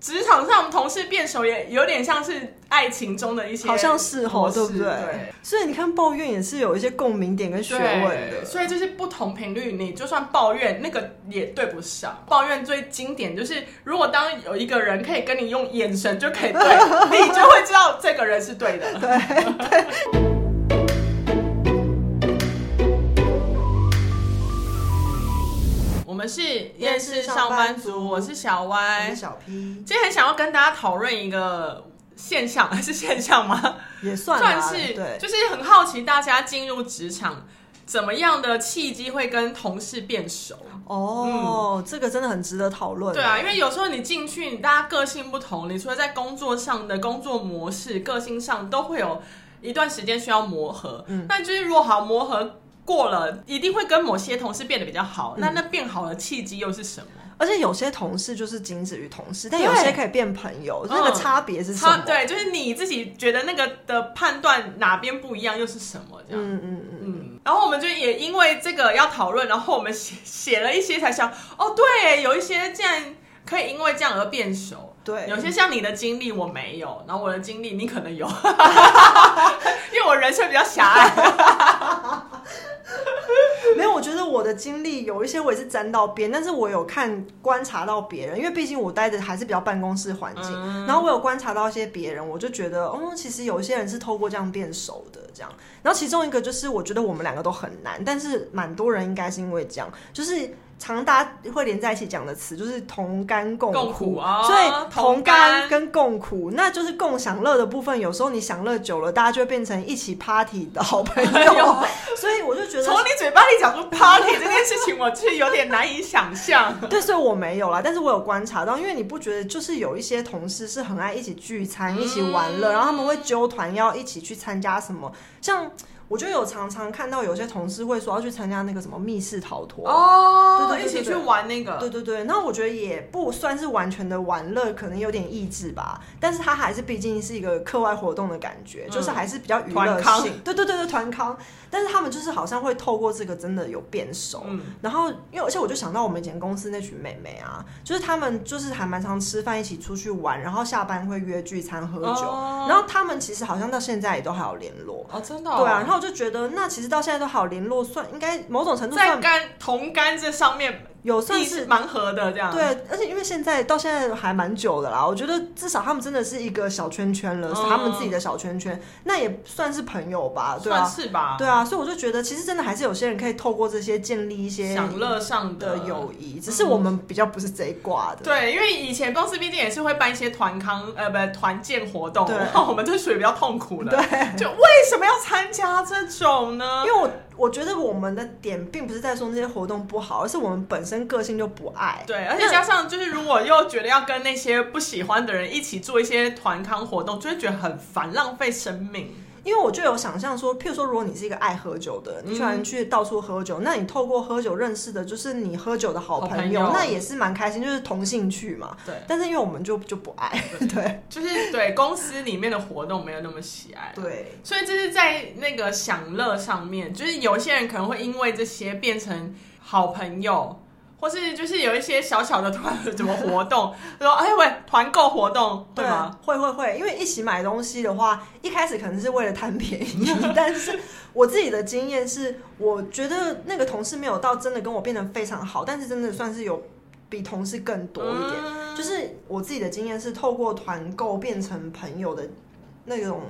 职场上我们同事变熟也有点像是爱情中的一些模好式，像是哦，对不对？对所以你看，抱怨也是有一些共鸣点跟学问对的。所以就是不同频率，你就算抱怨，那个也对不上。抱怨最经典就是，如果当有一个人可以跟你用眼神就可以对，你就会知道这个人是对 的。对，我们是厌世上班族，我是小我歪是。小 P 今天很想要跟大家讨论一个现象，是现象 吗？也算啦算是对，就是很好奇大家进入职场怎么样的契机会跟同事变熟？哦，这个真的很值得讨论。对啊，因为有时候你进去，大家个性不同，你除了在工作上的工作模式、个性上都会有一段时间需要磨合。嗯，那就是如果好磨合过了，一定会跟某些同事变得比较好。嗯那那变好的契机又是什么？而且有些同事就是仅止于同事，但对有些可以变朋友，那个差别是什他么？对，就是你自己觉得那个的判断哪边不一样，又是什么这样？嗯嗯嗯嗯，嗯，然后我们就也因为这个要讨论，然后我们写写了一些，才想哦，对，有一些竟然可以因为这样而变熟。对有些像你的经历我没有，然后我的经历你可 能有，因为我人生比较狭隘。没有，我觉得我的经历有一些我也是沾到边，但是我有看观察到别人，因为毕竟我待的还是比较办公室环境，嗯然后我有观察到一些别人，我就觉得，哦，其实有一些人是透过这样变熟的，这样。然后其中一个就是，我觉得我们两个都很难，但是蛮多人应该是因为这样，就是。常大家会连在一起讲的词就是同甘共苦，共苦哦所以同同甘甘跟共苦，那就是共享乐的部分。有时候你享乐久了，大家就会变成一起 party 的好朋哎呦友，所以我就觉得从你嘴巴里讲出 party 这件事情，我是有点难以想象。 对，所以我没有啦，但是我有观察到，因为你不觉得就是有一些同事是很爱一起聚餐、一起玩嗯乐，然后他们会揪团要一起去参加什么，像我就有常常看到有些同事会说要去参加那个什么密室逃脱。哦对对对一起去对对玩那个，对对对，那我觉得也不算是完全的玩乐，可能有点益智吧，但是它还是毕竟是一个课外活动的感觉，就是还是比较娱嗯团乐康性。对对对对，团康。但是他们就是好像会透过这个真的有变熟，嗯然后因为而且我就想到我们以前公司那群妹妹啊，就是她们就是还蛮常吃饭一起出去玩，然后下班会约聚餐喝酒，哦然后她们其实好像到现在也都还有联络。哦，真的、哦，对啊，然后我就觉得，那其实到现在都还有联络，算应该某种程度在算干同甘这上面有算意是识蛮合的这样，对，啊而且因为现在到现在还蛮久的啦，我觉得至少他们真的是一个小圈圈哦了，是他们自己的小圈圈，那也算是朋友吧，对算啊，是吧，对啊，所以我就觉得其实真的还是有些人可以透过这些建立一些享乐上的友谊，只是我们比较不是这一挂的，对，因为以前公司毕竟也是会办一些团康呃不团建活动，对然后我们就属于比较痛苦的，对就为什么要参加这种呢因？为我我觉得我们的点并不是在说那些活动不好，而是我们本身个性就不爱，对，而且加上就是，如果又觉得要跟那些不喜欢的人一起做一些团康活动，就会觉得很烦，浪费生命。因为我就有想象说，譬如说，如果你是一个爱喝酒的人，你喜欢去到处喝酒，那你透过喝酒认识的就是你喝酒的嗯好好朋朋友，友那也是蛮开心，就是同兴趣嘛。对但是因为我们就就不爱，对就是对公司里面的活动没有那么喜爱，对所以这是在那个享乐上面，就是有些人可能会因为这些变成好朋友，或是就是有一些小小的团什么活动，说哎喂团购活动对吗？？会会会，因为一起买东西的话，一开始可能是为了贪便宜， 但是我自己的经验是，我觉得那个同事没有到真的跟我变得非常好，但是真的算是有比同事更多一点。嗯就是我自己的经验是，透过团购变成朋友的那种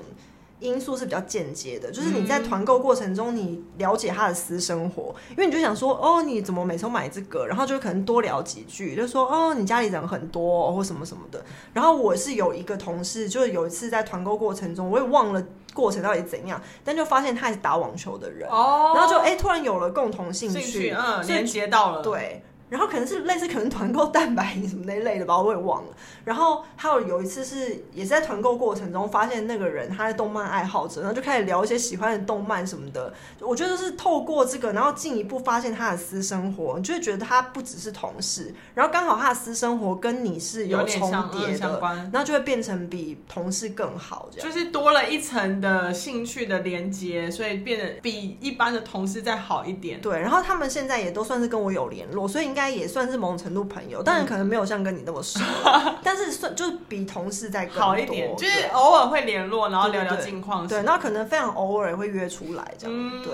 因素是比较间接的。就是你嗯在团购过程中，你了解他的私生活，因为你就想说，哦，你怎么每次都买这个？然后就可能多聊几句，就说，哦，你家里人很多、哦、或什么什么的。然后我是有一个同事，就是有一次在团购过程中，我也忘了过程到底怎样，但就发现他也是打网球的人，哦，然后就哎、突然有了共同兴兴趣趣，嗯所以连接到了，对，然后可能是类似可能团购蛋白饮什么那一类的吧，我也忘了。然后还有有一次是也是在团购过程中发现那个人他是动漫爱好者，然后就开始聊一些喜欢的动漫什么的。我觉得是透过这个，然后进一步发现他的私生活，你就会觉得他不只是同事，然后刚好他的私生活跟你是有点重相嗯叠相的，关，然后就会变成比同事更好这样。就是多了一层的兴趣的连接，所以变得比一般的同事再好一点。对，然后他们现在也都算是跟我有联络，所以应该也算是某种程度朋友，当嗯然可能没有像跟你那么熟， 但是算就是比同事在更多好一点，就对是偶尔会联络，然后对聊对聊对近况。对，，那可能非常偶尔会约出来这样，嗯，对。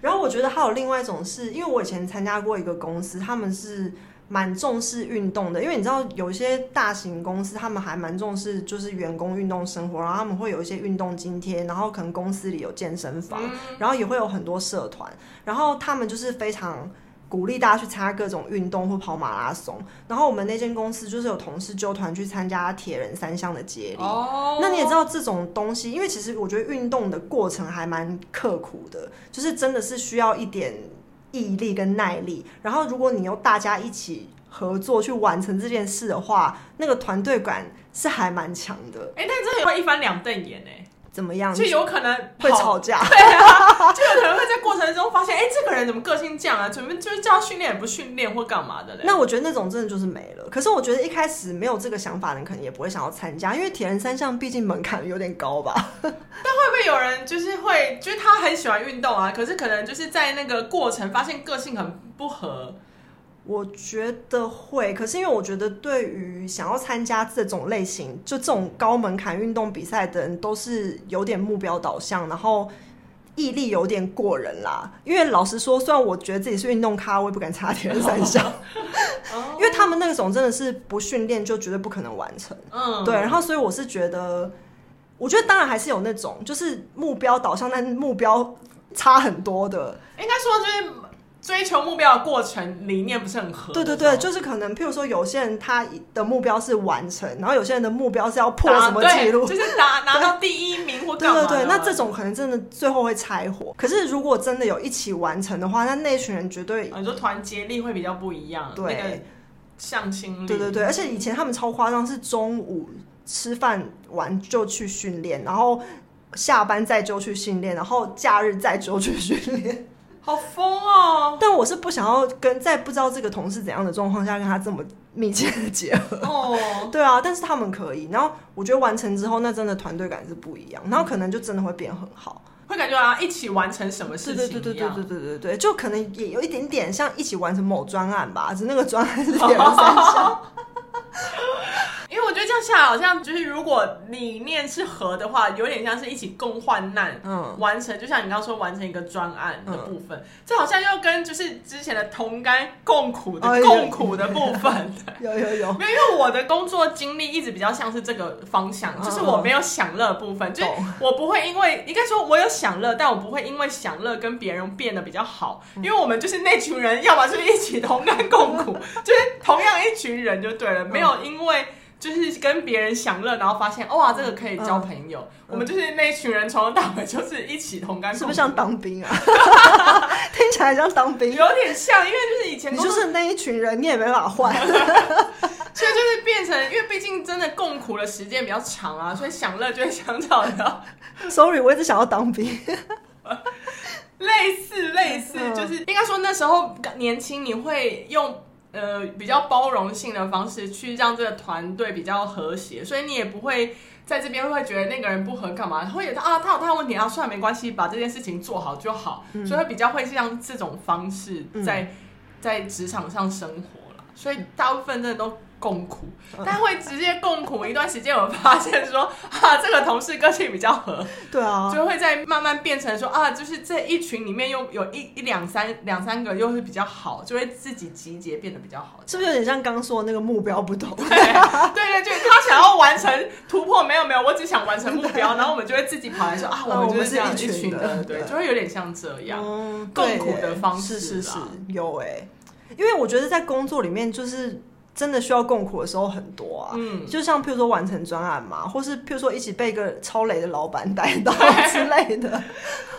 然后我觉得还有另外一种是，因为我以前参加过一个公司，他们是蛮重视运动的，因为你知道有一些大型公司，他们还蛮重视就是员工运动生活，然后他们会有一些运动津贴，然后可能公司里有健身房，然后也会有很多社团，然后他们就是非常。鼓励大家去参加各种运动或跑马拉松，然后我们那间公司就是有同事纠团去参加铁人三项的接力，哦，那你也知道这种东西，因为其实我觉得运动的过程还蛮刻苦的，就是真的是需要一点毅力跟耐力。然后如果你又大家一起合作去完成这件事的话，那个团队感是还蛮强的。哎、但真的会一翻两瞪眼哎、怎么样？就有可能会吵，吵架？就有可能会在过程中发现，哎、这个人怎么个性这样啊？怎么就是叫他训练也不训练或干嘛的嘞？那我觉得那种真的就是没了。可是我觉得一开始没有这个想法的人，可能也不会想要参加，因为铁人三项毕竟门槛有点高吧。会不会有人就是会，就是他很喜欢运动啊，可是可能就是在那个过程发现个性很不合，我觉得会，可是因为我觉得对于想要参加这种类型，就这种高门槛运动比赛的人，都是有点目标导向，然后毅力有点过人啦。因为老实说，虽然我觉得自己是运动咖，我也不敢插铁人三项，因为他们那种真的是不训练就绝对不可能完成。嗯，对，然后所以我是觉得，我觉得当然还是有那种就是目标导向，但目标差很多的，应该说就是追求目标的过程理念不是很合。对对对，就是可能，譬如说，有些人他的目标是完成，然后有些人的目标是要破打什么记录对，就是拿拿到第一名或 对干嘛对的对。那这种可能真的最后会拆伙。可是如果真的有一起完成的话，那那群人绝对啊你说团结力会比较不一样，对那个向心力，对对对。而且以前他们超夸张，是中午吃饭完就去训练，然后下班再就去训练，然后假日再就去训练。 好疯哦，但我是不想要跟在不知道这个同事怎样的状况下跟他这么密切的结合。 哦，对啊，但是他们可以。然后我觉得完成之后，那真的团队感是不一样，嗯然后可能就真的会变很好。会感觉好像一起完成什么事对情对一对样。对对对对对对，就可能也有一点点像一起完成某专案吧，只是那个专 案是铁人三项。因为我觉得这样下来，好像就是如果理念是合的话，有点像是一起共患难，嗯，完成，就像你刚刚说完成一个专案的部分，这好像又跟就是之前的同甘共苦的、哎呀共苦的部 分。有有有，没有，因为我的工作经历一直比较像是这个方向，嗯就是我没有享乐的部分，就是懂我不会因为应该说我有享乐，但我不会因为享乐跟别人变得比较好，嗯因为我们就是那群人，要么就是一起同甘共苦， 就是同样一群人就对了，没嗯有因为。就是跟别人享乐，然后发现哇，这个可以嗯交朋友。我们就是那一群人，从头到尾就是一起同甘共苦，是不是像当 兵啊？听起来像当兵。有点像？因为就是以前你工作就是那一群人，你也没法 换。 所以就是变成，因为毕竟真的共苦的时间比较长啊，所以享乐就会相较的 Sorry，我一直想要当兵。 类似类似，嗯就是应该说那时候年轻，你会用呃比较包容性的方式去让这个团队比较和谐，所以你也不会。在这边会觉得那个人不合干嘛，会觉得啊，他有他的问题啊，算了没关系，把这件事情做好就好，所以会比较会像这种方式在、在职场上生活了，所以大部分真的都共苦，但会直接共苦一段时间，我发现说啊，这个同事个性比较合，对啊，就会再慢慢变成说啊，就是这一群里面又有一一两三两三个又是比较好，就会自己集结变得比较 好。是不是有点像刚说的那个目标不同？对对对，就是他想要完成突破，没有没有，我只想完成目标，然后我们就会自己跑来说啊，嗯我们就是这我样们是一群群的的，对，对就会有点像这样。嗯，共对苦耶的方是式是啦是有哎、因为我觉得在工作里面就是真的需要共苦的时候很多啊。嗯，就像譬如说完成专案嘛，或是譬如说一起被一个超雷的老板逮到 之类的，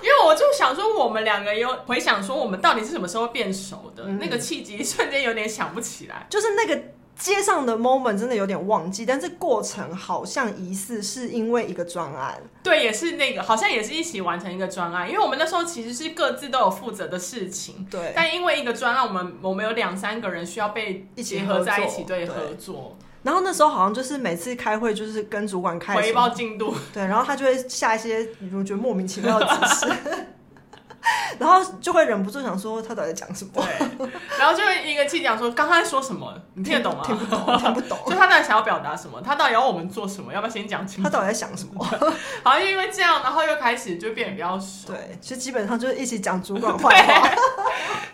因为我就想说，我们两个有回想说，我们到底是什么时候变熟的？嗯那个契机瞬间有点想不起来。就是那个街上的 moment 真的有点忘记，但是过程好像疑似是因为一个专案，对，也是那个，好像也是一起完成一个专案，因为我们那时候其实是各自都有负责的事情，对，但因为一个专案，我们我们有两三个人需要被一起结合在合一作起，对，对合作然后那时候好像就是每次开会就是跟主管开回报进度。对，然后他就会下一些我觉得莫名其妙的指示。 然后就会忍不住想说他到底在讲什么，对， 然后就一个气讲说刚刚在说什么，你听得懂吗？听不懂，听不懂， 就他到底想要表达什么？他到底要我们做什么？要不要先讲清他楚？到底在想什么？好像因为这样，然后又开始就变得比较熟。对，其实基本上就是一起讲主管坏话，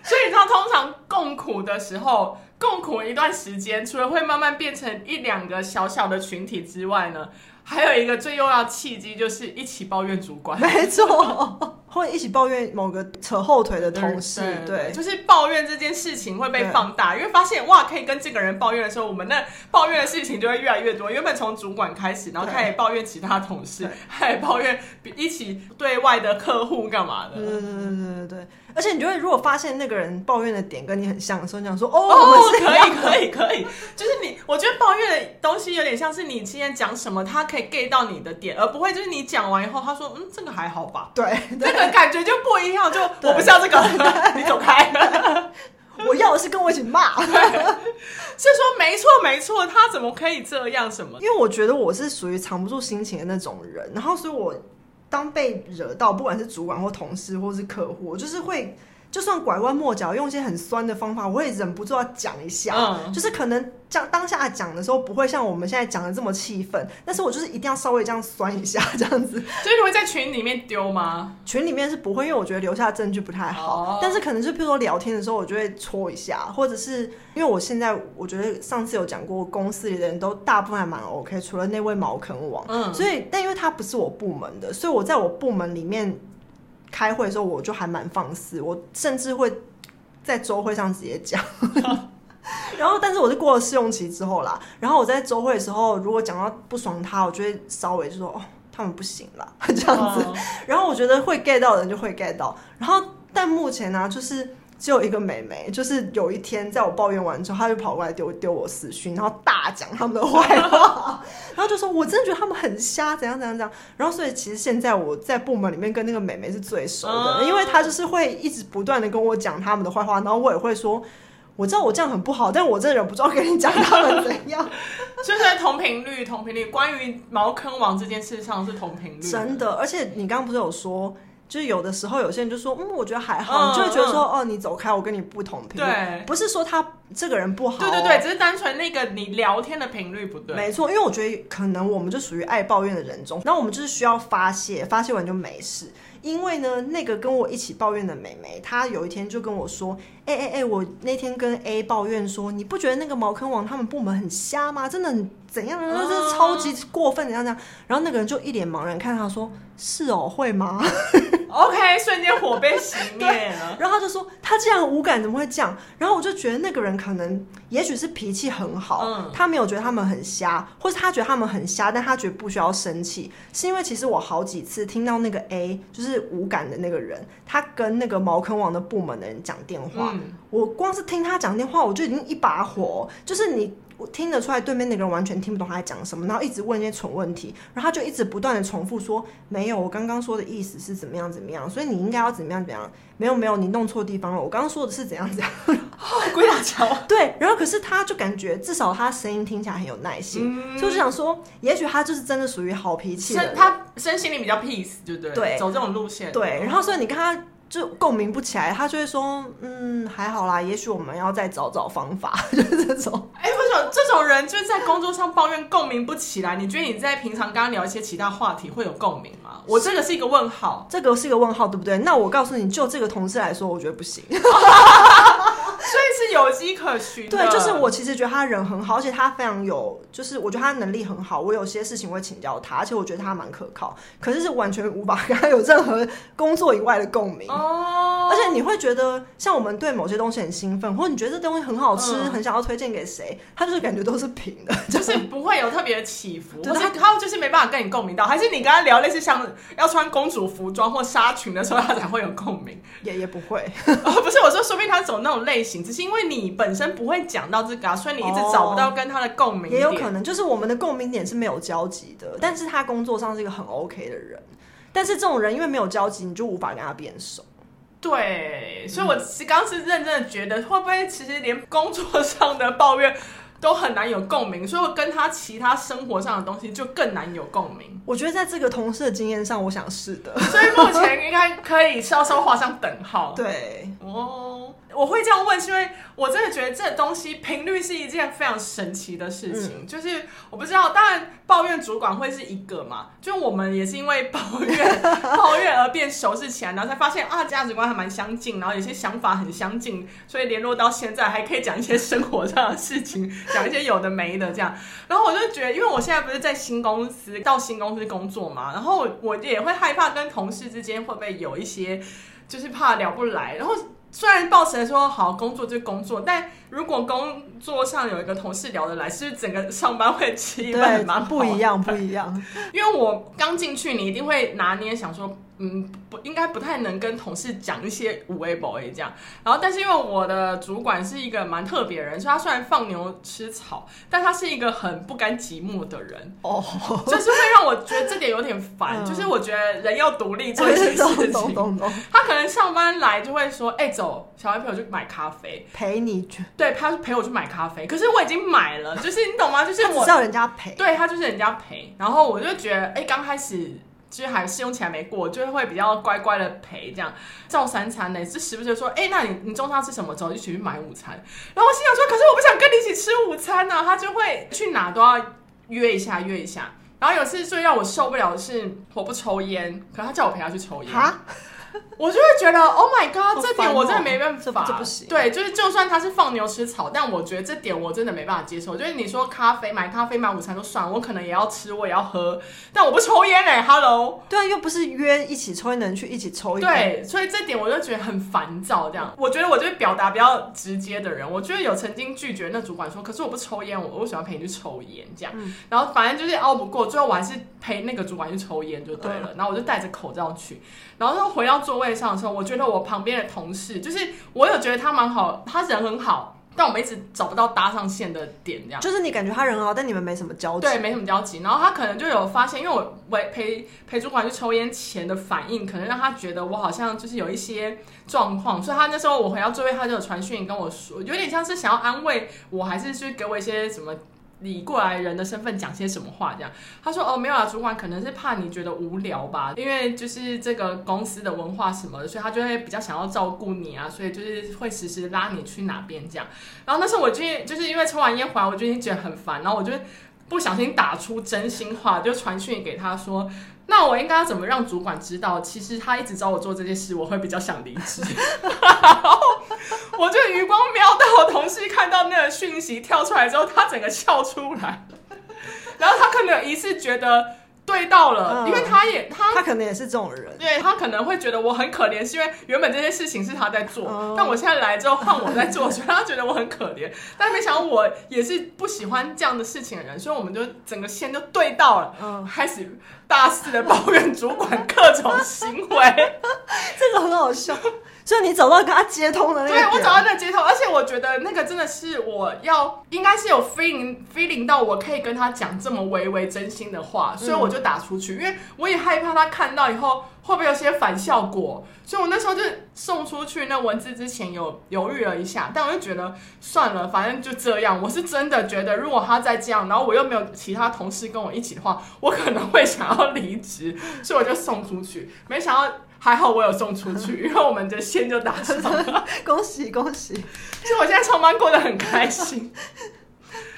所以你知道，通常共苦的时候，共苦一段时间，除了会慢慢变成一两个小小的群体之外呢，还有一个最重要的契机就是一起抱怨主管。没错，会一起抱怨某个扯后腿的同事，对，嗯就是抱怨这件事情会被对放大，因为发现哇，可以跟这个人抱怨的时候，我们那抱怨的事情就会越来越多。原本从主管开始，然后对开始抱怨其他同事 对，开始抱怨比一起对外的客户干嘛的。对对对对对对，而且你就会如果发现那个人抱怨的点跟你很像的时候，你想说哦，我哦们，是一可样以可以可以，就是你，我觉得抱怨的东西有点像是你今天讲什么，他可以 get 到你的点，而不会就是你讲完以后，他说嗯，这个还好吧，对这个感觉就不一样，就对我不是要这个， 你走开。对，我要的是跟我一起骂，是说没错没错，他怎么可以这样什么？因为我觉得我是属于藏不住心情的那种人，然后所以我当被惹到，不管是主管或同事或是客户，我就是会就算拐弯抹角，用一些很酸的方法，我也忍不住要讲一下。嗯就是可能讲当下讲的时候不会像我们现在讲的这么气愤，但是我就是一定要稍微这样酸一下，这样子所以你会在群里面丢吗？群里面是不会，因为我觉得留下证据不太好。哦但是可能就譬如说聊天的时候，我就会戳一下，或者是因为我现在我觉得上次有讲过，公司里的人都大部分还蛮 OK，除了那位茅坑王。嗯所以但因为他不是我部门的，所以我在我部门里面开会的时候，我就还蛮放肆，我甚至会在周会上直接讲。 然后，但是我是过了试用期之后啦，然后我在周会的时候，如果讲到不爽他，我就会稍微就说哦，他们不行啦， 这样子。子，然后我觉得会 get 到的人就会 get 到。然后但目前呢、就是只有一个美眉，就是有一天在我抱怨完之后，她就跑过来丢丢我私讯，然后大讲他们的坏话，然后就说我真的觉得他们很瞎，怎样怎样怎样。然后所以其实现在我在部门里面跟那个美眉是最熟的，嗯因为她就是会一直不断的跟我讲他们的坏话，然后我也会说。我知道我这样很不好，但我真的忍不住要跟你讲他们怎 样。就是同频率，同频率。关于茅坑王这件事上是同频率，真的，而且你刚刚不是有说，就是有的时候有些人就说，嗯，我觉得还嗯好，你就会觉得说，哦，你走开，我跟你不同频率，对。不是说他这个人不好、对对对，。只是单纯那个你聊天的频率不对，没错，因为我觉得可能我们就属于爱抱怨的人中，然后我们就是需要发泄，发泄完就没事。因为呢，那个跟我一起抱怨的美眉，她有一天就跟我说：“哎哎哎，我那天跟 A 抱怨说，你不觉得那个茅坑王他们部门很瞎吗？真的很怎样？啊真的超级过分，怎样怎样？”然后那个人就一脸茫然看她说：“是哦，会吗？” OK，瞬间火被熄灭 了。然后他就说他这样无感怎么会这样？然后我就觉得那个人可能也许是脾气很好，嗯他没有觉得他们很瞎，或是他觉得他们很瞎，但他觉得不需要生气，是因为其实我好几次听到那个 A 就是无感的那个人，他跟那个茅坑王的部门的人讲电话，嗯，我光是听他讲电话，我就已经一把火，就是你。我听得出来，对面那个人完全听不懂他在讲什么，然后一直问一些蠢问题，然后他就一直不断的重复说：“没有，我刚刚说的意思是怎么样怎么样，所以你应该要怎么样怎么样。”没有没有，你弄错地方了，我刚刚说的是怎样怎样。 鬼打墙。对，然后可是他就感觉至少他声音听起来很有耐心，嗯，所以我就想说，也许他就是真的属于好脾气的身人。他身心里比较 peace，对不对？对走这种路线。对，然后所以你跟他就共鸣不起来，他就会说：“嗯，还好啦，也许我们要再找找方法。”就是这种。哎，为什么这种人就是在工作上抱怨共鸣不起来？你觉得你在平常跟他聊一些其他话题会有共鸣吗？我这个是一个问号。这个是一个问号，对不对？那我告诉你，就这个同事来说，我觉得不行。所以是有迹可循的。对，就是我其实觉得他人很好，而且他非常有，就是我觉得他能力很好。我有些事情会请教他，而且我觉得他蛮可靠。可是是完全无法跟他有任何工作以外的共鸣。 哦，而且你会觉得，像我们对某些东西很兴奋，或者你觉得这东西很好吃，嗯很想要推荐给谁，他就是感觉都是平的，就是不会有特别的起伏，对或是他就是没办法跟你共鸣到，还是你跟他聊类似像要穿公主服装或纱裙的时候，他才会有共 鸣。也也不会。哦，不是，我说说不定他走那种类型，只是因为你本身不会讲到这个啊，所以你一直找不到跟他的共鸣也点。有可能就是我们的共鸣点是没有交集的，但是他工作上是一个很 OK 的人，但是这种人因为没有交集，你就无法跟他变熟。对，所以我是刚是认真的觉得，会不会其实连工作上的抱怨。都很难有共鸣，所以我跟他其他生活上的东西就更难有共鸣。我觉得在这个同事的经验上，我想是 的。所以目前应该可以稍稍画上等号。对，哦，我会这样问，是因为我真的觉得这东西频率是一件非常神奇的事情。就是我不知道，当然抱怨主管会是一个嘛，就是我们也是因为抱怨 抱怨而变熟识起来，然后才发现啊，价值观还蛮相近，然后有些想法很相近，所以联络到现在还可以讲一些生活上的事情，讲一些有的没的这样。然后我就觉得，因为我现在不是在新公司到新公司工作嘛，然后我也会害怕跟同事之间会不会有一些。就是怕聊不来。然后虽然抱持来说好工作就工作，但如果工作上有一个同事聊得来，是不是整个上班会 气对氛蛮，好不 一？样，不一样。因为我刚进去，你一定会拿捏想说，嗯，不应该不太能跟同事讲一些五 A 博 A 这样。然后，但是因为我的主管是一个蛮特别的人，所以他虽然放牛吃草，但他是一个很不甘寂寞的人。哦，就是会让我觉得这点有点烦，嗯就是我觉得人要独 立做一些事懂情，懂懂懂，他可能上班来就会说：“哎、走，小孩陪我去买咖啡。陪你去，”对，他陪我去买咖啡，可是我已经买了，就是你懂吗？就是只我是要人家陪。对他就是人家陪，然后我就觉得，哎、刚开始就是还试用期还没过，就会比较乖乖的陪这样，照三餐呢，就时不时地说，哎、那你你中餐吃什么？走，一起去买午餐。然后我心想说，可是我不想跟你一起吃午餐呢、他就会去哪都要约一下约一下。然后有一次最让我受不了的是，我不抽烟，可是他叫我陪他去抽烟。哈， 我就会觉得，Oh my God，、好这点烦我真的哦没办这法，这不行对，就是就算他是放牛吃草，但我觉得这点我真的没办法接受。就是你说咖啡买咖啡买午餐都算，我可能也要吃，我也要喝，但我不抽烟嘞、哈 h e l l o 对啊，又不是约一起抽烟的人去一起嗯抽烟。，对，所以这点我就觉得很烦躁。这样，我觉得我就是表达比较直接的人。我觉得有曾经拒绝那主管说，可是我不抽烟，我我喜欢陪你去抽烟这样。嗯然后反正就是拗不过，最后我还是陪那个主管去抽烟就对嗯了。然后我就戴着口罩去，然后回到座位上的时候，我觉得我旁边的同事，就是我有觉得他蛮好，他人很好，但我们一直找不到搭上线的点这样。就是你感觉他人很好，但你们没什么交集。对，没什么交集。然后他可能就有发现，因为我陪陪陪主管去抽烟前的反应，可能让他觉得我好像就是有一些状况，所以他那时候我回到座位，他就有传讯跟我说，有点像是想要安慰我，还是去给我一些什么。以过来人的身份讲些什么话？这样，他说：“哦，没有啊，主管可能是怕你觉得无聊吧，因为就是这个公司的文化什么的，所以他就会比较想要照顾你啊，所以就是会时时拉你去哪边这样。”然后那时候我就就是因为抽完烟回来，我就已经觉得很烦，然后我就不小心打出真心话，就传讯给他说。那我应该要怎么让主管知道？其实他一直找我做这件事，我会比较想离职。 然后我就余光瞄到我同事看到那个讯息跳出来之后，他整个笑出来， 然后他可能有一次觉得对到了，嗯因为他也他他可能也是这种人。对他可能会觉得我很可怜，是因为原本这些事情是他在做，哦但我现在来之后换我在做，所以他觉得我很可怜。但没想到我也是不喜欢这样的事情的人，所以我们就整个线就对到了，嗯开始大肆的抱怨主管各种行为。这个很好笑，所以你找到跟他接通的那个对啊点啊我找到那个接头，而且我觉得那个真的是我要应该是有 feeling feeling 到我可以跟他讲这么微微真心的话，所以我就打出去，因为我也害怕他看到以后会不会有些反效果，所以我那时候就送出去那文字之前有犹豫了一下，但我就觉得算了，反正就这样。我是真的觉得，如果他再这样，然后我又没有其他同事跟我一起的话，我可能会想要离职，所以我就送出去。没想到还好我有送出去，因为我们的线就打上了。恭喜恭喜，其实我现在上班过得很开 心，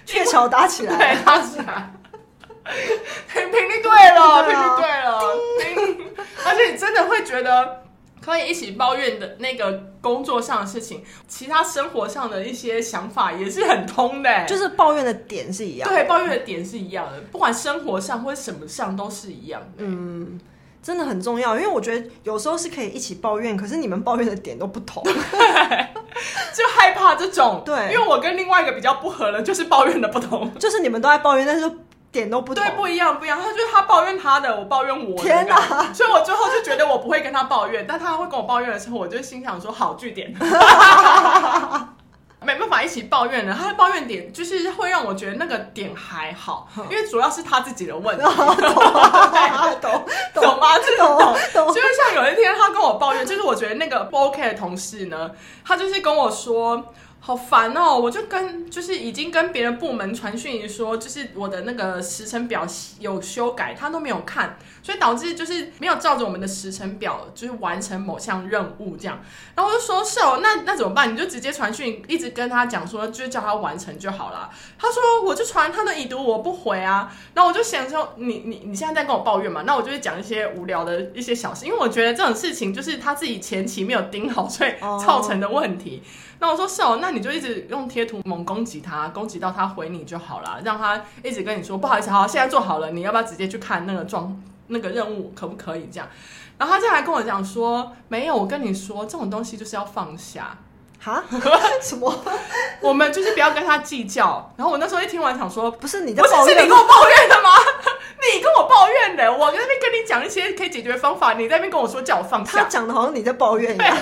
鹊桥搭起来了。对，当 然。频频率对了，频对啊率对了，叮 而且你真的会觉得可以一起抱怨的那个工作上的事情，其他生活上的一些想法也是很通的、就是抱怨的点是一样，对抱怨的点是一样的，不管生活上或者什么上都是一样的。嗯真的很重要。因为我觉得有时候是可以一起抱怨，可是你们抱怨的点都不同。就害怕这种，对因为我跟另外一个比较不合的，就是抱怨的不同。就是你们都在抱怨，但是点都不同对，。不一样，不一样。他就是他抱怨他的，我抱怨我的。天哪哪！所以我最后就觉得我不会跟他抱怨，但他会跟我抱怨的时候，我就心想说好据点。 没办法一起抱怨的，他的抱怨点就是会让我觉得那个点还好，嗯因为主要是他自己的问题， 懂懂吗？这种懂懂就是像有一天他跟我抱怨，就是我觉得那个不 OK 的同事呢，他就是跟我说。好烦哦！我就跟就是已经跟别的部门传讯说，就是我的那个时程表有修改，他都没有看，所以导致就是没有照着我们的时程表就是完成某项任务这样。然后我就说是哦，那那怎么办？你就直接传讯，一直跟他讲说，就是叫他完成就好啦。他说我就传他的已读，我不回啊。然后我就想说，你你你现在在跟我抱怨嘛？那我就会讲一些无聊的一些小事，因为我觉得这种事情就是他自己前期没有盯好，所以哦造成的问题。那我说是哦，那你就一直用贴图猛攻击他，攻击到他回你就好了，让他一直跟你说不好意思，好，现在做好了，你要不要直接去看那个状那个任务可不可以这样？然后他竟然还跟我讲说，没有，我跟你说这种东西就是要放下，哈， 什么？我们就是不要跟他计较。然后我那时候一听完想说，不是你在不是抱是怨啊你跟我抱怨的吗？ 你跟我抱怨的，我在那边跟你讲一些可以解决方法，你在那边跟我说叫我放他下，讲的好像你在抱怨一样，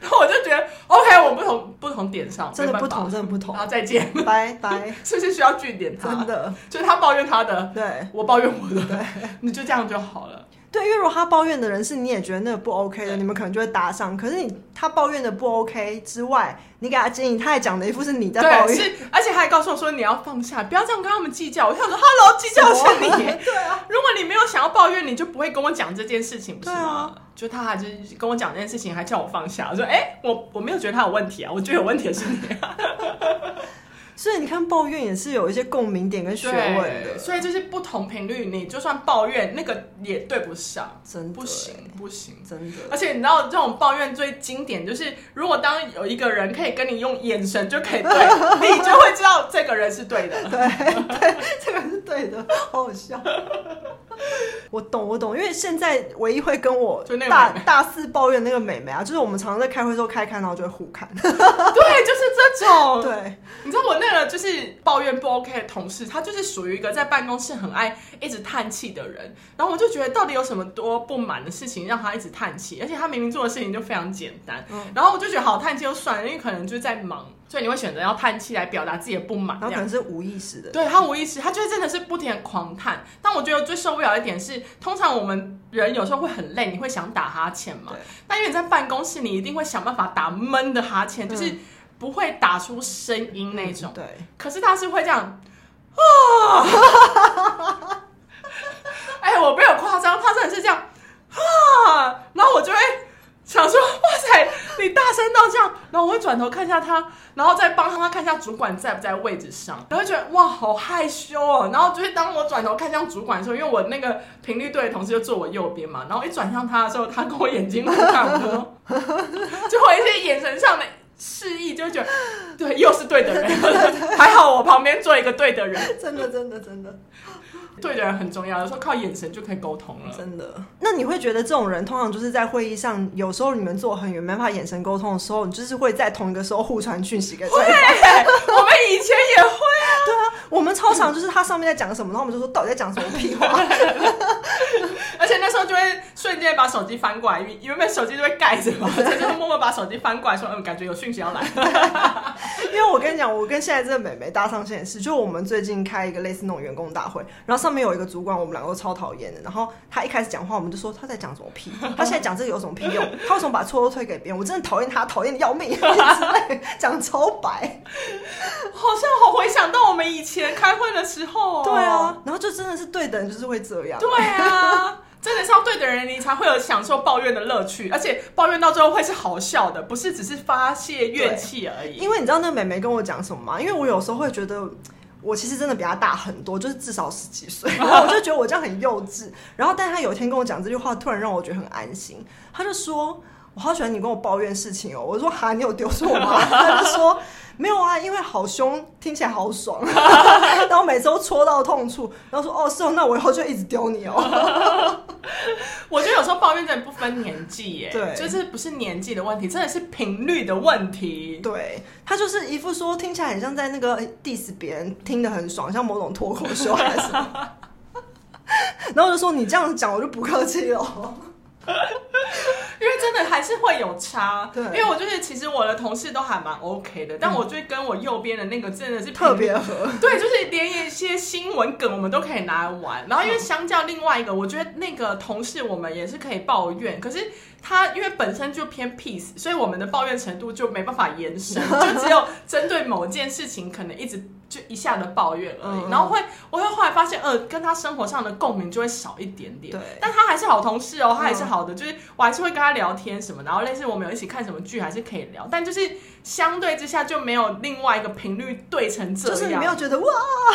然后我就觉得 OK，我们不同不同点上，真的不同，没办真的不法，同 然。后再见， 拜拜，是不是需要据点他？真的， 就是他抱怨他的，对我抱怨我的， 你就这样就好了。对，因为如果他抱怨的人是你也觉得那个不 OK 的，对你们可能就会搭上。可是你他抱怨的不 OK 之外，你给他建议，他还讲的一副是你在抱对，怨，是，而且还告诉我说你要放下，不要这样跟他们计较。我想说，Hello，计较的是你。 对啊，如果你没有想要抱怨，你就不会跟我讲这件事情，不是对吗啊？就他还就是跟我讲这件事情，还叫我放下，我说，哎、我我没有觉得他有问题啊，我觉得有问题的是你。所以你看抱怨也是有一些共鸣点跟 学问的，所以就是不同频率，你就算抱怨，那个也对不上，真的不行，不行。真的。而且你知道这种抱怨最经典就是，如果当有一个人可以跟你用眼神就可 以对，你就会知道这个人是对的。这个是对的，好好笑。 我懂，我懂，因为现在唯一会跟我就那个大妹妹大肆抱怨那个美眉啊，就是我们常常在开会的时候开看，然后就会互看。哦对，就是这种。对，你知道我那个就是抱怨不 OK 的同事，他就是属于一个在办公室很爱一直叹气的人。然后我就觉得到底有什么多不满的事情让他一直叹气，而且他明明做的事情就非常简单。嗯然后我就觉得好叹气就算了，因为可能就是在忙，所以你会选择要叹气来表达自己的不满。然这后样。可能是无意识的，对他无意识，他就是真的是不停的狂叹。但我觉得最受不了一点是，通常我们人有时候会很累，你会想打哈欠嘛对？但因为你在办公室，你一定会想办法打闷的哈欠，就是不会打出声音那种。嗯对，可是他是会这样啊， 哎、我没有夸张，他真的是这样啊，然后我就会想说，哇塞，你大声到这样，然后我会转头看一下他，然后再帮他看一下主管在不在位置上，然后就觉得哇，好害羞哦。然后就是当我转头看向主管的时候，因为我那个频率队的同事就坐我右边嘛，然后一转向他的时候，他跟我眼睛互看，我就说哦就会有一些眼神上的。示意就会觉得， 对，又是对的 人，还好我旁边坐一个对的人，真的，真的，真的，对的人很重要，有时候靠眼神就可以沟通了。真的。那你会觉得这种人通常就是在会议上，有时候你们坐很远，没办法眼神沟通的时候，你就是会在同一个时候互传讯息给对方。哎我们以前也会啊，我们超常就是他上面在讲什么，然后我们就说到底在讲什么屁话。而且那时候就会瞬间把手机翻过来，因为原本手机就会盖着嘛，这就默默把手机翻过来说，嗯，感觉有讯息要来。因为我跟你讲，我跟现在这个美眉搭上线也是，就我们最近开一个类似那种员工大会，然后上面有一个主管，我们两个都超讨厌的。然后他一开始讲话，我们就说他在讲什么 屁，他现在讲这个有什么屁用？他为什么把错都推给别人？我真的讨厌他，讨厌的要命， 之类讲超白。好像好回想到我们以前开会的时候、哦。对啊，，然后就真的是对的人就是会这样。对啊。真的是要对的人，你才会有享受抱怨的乐趣，而且抱怨到最后会是好笑的，不是只是发泄怨气而已。因为你知道那个美眉跟我讲什么吗？因为我有时候会觉得。我其实真的比她大很多，就是至少十几岁，然后我就觉得我这样很幼稚。然后，但她有一天跟我讲这句话，突然让我觉得很安心。她就说：“我好喜欢你跟我抱怨事情哦。”我说：“哈，你有丢错吗？”她就说：“没有啊，因为好凶，听起来好爽。”然后每次都戳到痛处，然后说：“哦，是哦，那我以后就一直丢你哦。我觉得有时候抱怨真的不分年纪耶，对就是不是年纪的问题，真的是频率的问”题。对，她就是一副说听起来很像在那个 diss 别人，听得很爽，像某种脱口秀还是什么。 然后我就说你这样讲，我就不客气了。 因为真的还是会有差。对嗯因为我就是其实我的同事都还蛮 OK 的，但我就跟我右边的那个真的是频率特别合， 对，就是连一些新闻梗我们都可以拿来玩。然后因为相较另外一个，我觉得那个同事我们也是可以抱怨，可是他因为本身就偏 peace，所以我们的抱怨程度就没办法延 伸，就只有针对某件事情，可能一直就一下的抱怨而已。嗯然后会，我会后来发现，呃，跟他生活上的共鸣就会少一点点。对嗯但他还是好同事哦，他还是好的，就是我还是会跟他聊天什么，然后类似我们有一起看什么剧还是可以聊，但就是相对之下就没有另外一个频率对成这样，就是你没有觉得哇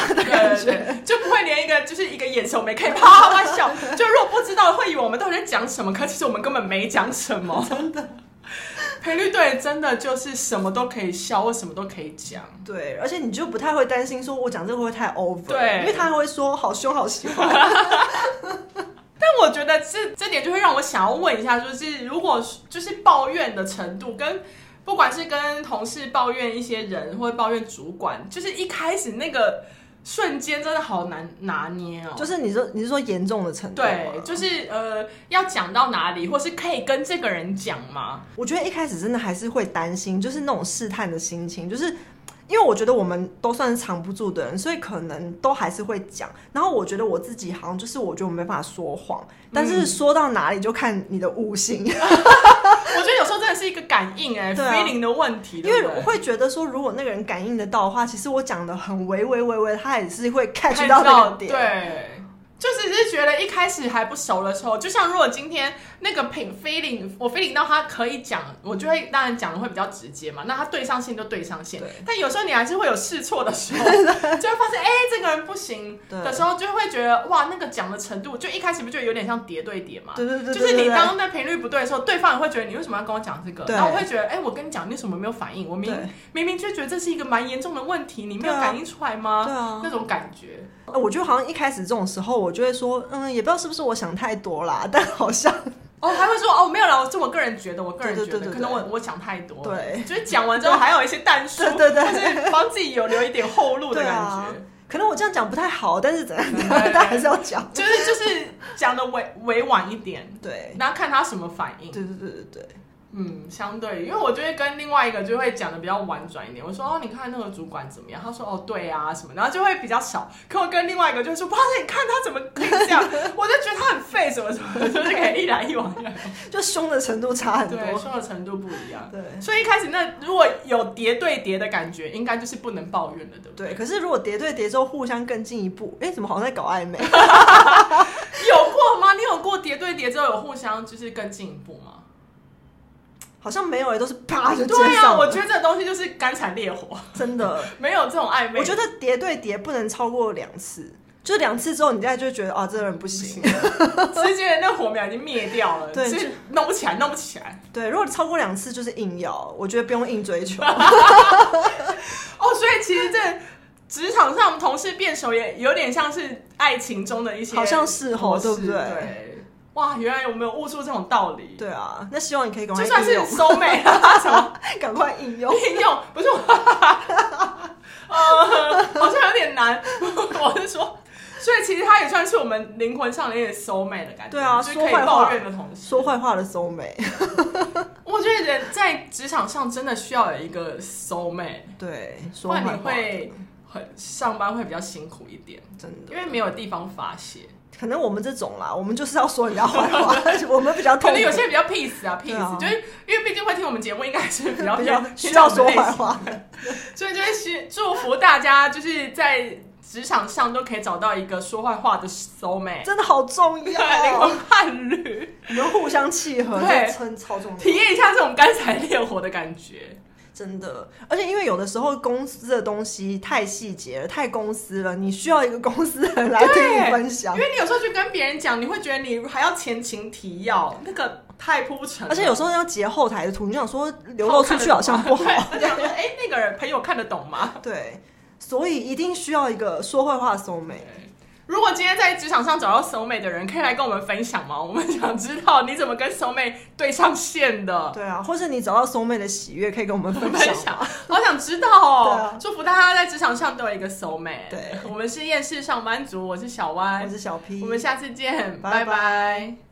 的感对对觉，对，就不会连一个就是一个眼神我们也可以啪啪啪笑，就如果不知道会以为我们到底在讲什么，可其实我们根本没讲什么，真的。赔率队真的就是什么都可以笑，或什么都可以讲。对，而且你就不太会担心说我讲这个会不会太 over，对因为他还会说好凶好凶，但我觉得这这点就会让我想要问一下，就是如果就是抱怨的程度跟。不管是跟同事抱怨一些人，或者抱怨主管，就是一开始那个瞬间真的好难拿捏 哦。就是你说你是说严重的程度吗，对，就是呃，要讲到哪里，或是可以跟这个人讲 吗？我觉得一开始真的还是会担心，就是那种试探的心情，就是因为我觉得我们都算是藏不住的人，所以可能都还是会讲。然后我觉得我自己好像就是，我觉得我没办法说谎，但是说到哪里就看你的悟性，我觉得有时候真的是一个感应哎、对啊 feeling 的问题，因为对不我对会觉得说，如果那个人感应得到的话，其实我讲的很唯唯唯唯，他也是会 catch 看到那到个点。对。就只是觉得一开始还不熟的时候，就像如果今天那个品 feeling 我 feeling 到他可以讲，我就会当然讲的会比较直接嘛。那他对上线就对上线对，但有时候你还是会有试错的时 候，就会发现哎、这个人不行对的时候，就会觉得哇那个讲的程度，就一开始不就有点像叠对叠嘛？对对对对对就是你对当那频率不对的时候，对方也会觉得你为什么要跟我讲这个？对然后我会觉得，哎、我跟你讲，你为什么没有反应？我明对明明就觉得这是一个蛮严重的问题，你没有对啊感应出来吗？对啊那种感觉。呃我觉得好像一开始这种时候，我就会说，嗯，也不知道是不是我想太多啦，但好像哦，还会说哦，没有啦，是我个人觉得，我个人觉得，对对对对可能我我讲太多了，对就是讲完之后还有一些淡疏，对对对就是帮自己有留一点后路的对感啊觉，可能我这样讲不太好，但是怎样怎样，对但还是要讲。就是就是讲的委委婉一点，对，然后看他什么反应。对对对对对。嗯，相对，因为我就会跟另外一个就会讲的比较婉转一点。我说哦，你看那个主管怎么样？他说哦，对啊什么，然后就会比较少。可我跟另外一个就会说，哇塞，你看他怎么可以这 样？我就觉得他很废，什么什么的，就是可以一来一往。 就凶的程度差很多。对，说的程度不一样。对所以一开始那如果有叠对叠的感觉，应该就是不能抱怨了，对不对？对，可是如果叠对叠之后互相更进一步，哎、怎么好像在搞暧昧？有过吗？你有过叠对叠之后有互相就是更进一步吗？好像没有哎、都是啪就接对啊，上我了。觉得这东西就是干柴烈火，真的，没有这种暧昧。我觉得叠对叠不能超过两次，就两次之后你再就会觉得啊，这个人不行。 直接那火苗已经灭掉了，对是就弄不起来，弄不起来。对，如果超过两次就是硬要，我觉得不用硬追求。哦，所以其实这职场上同事变熟也有点像是爱情中的一些模好式，像是哦对不对对？哇，原来我没有悟出这种道理。对啊，那希望你可以赶就快算应是用，收美啊，什么赶快应用。应用， 不是我， 呃，好像有点难。 我是说，所以其实他也算是我们灵魂上的一点收美的感觉，对啊就是可以说坏话抱怨的同事，说坏话的收美，我觉得人在职场上真的需要有一个 soul mate，对，说不坏然话你会很上班会比较辛苦一点，真的因，为没有地方发泄。可能我们这种啦，我们就是要说人家坏 话，我们比较可痛苦能有些比较 peace 啊对啊，peace 就是因为毕竟会听我们节目，应该是比较比较偏 需要说坏，偏向我话。们类 型所以就是希祝福大家就是在职场上都可以找到一个说坏话的 soul mate，真的哦好重对，灵要，魂伴侣，你们互相契合，对这真超重体要，验一下这种干柴烈火的感 觉。真的。而且因为有的时候公司的东西太细节了，太公司了，你需要一个公司人来听你分享因。为你有时候去跟别人讲，你会觉得你还要前情提要，那个太铺陈了，而且有时候要截后台的图，你想说流露出去好像 不好，对就想说哎，那个人朋友看得懂吗？对，所以一定需要一个说会话的 soul mate。如果今天在职场上找到熟妹的人，可以来跟我们分享吗？我们想知道你怎么跟熟妹对上线的。对啊，或是你找到 soul mate 的喜悦，可以跟我们 分分享享吗。，好想知道哦！对啊祝福大家在职场上都有一个熟妹。对我们是厌世上班族，我是小歪我，是小 P，我们下次见，拜拜拜拜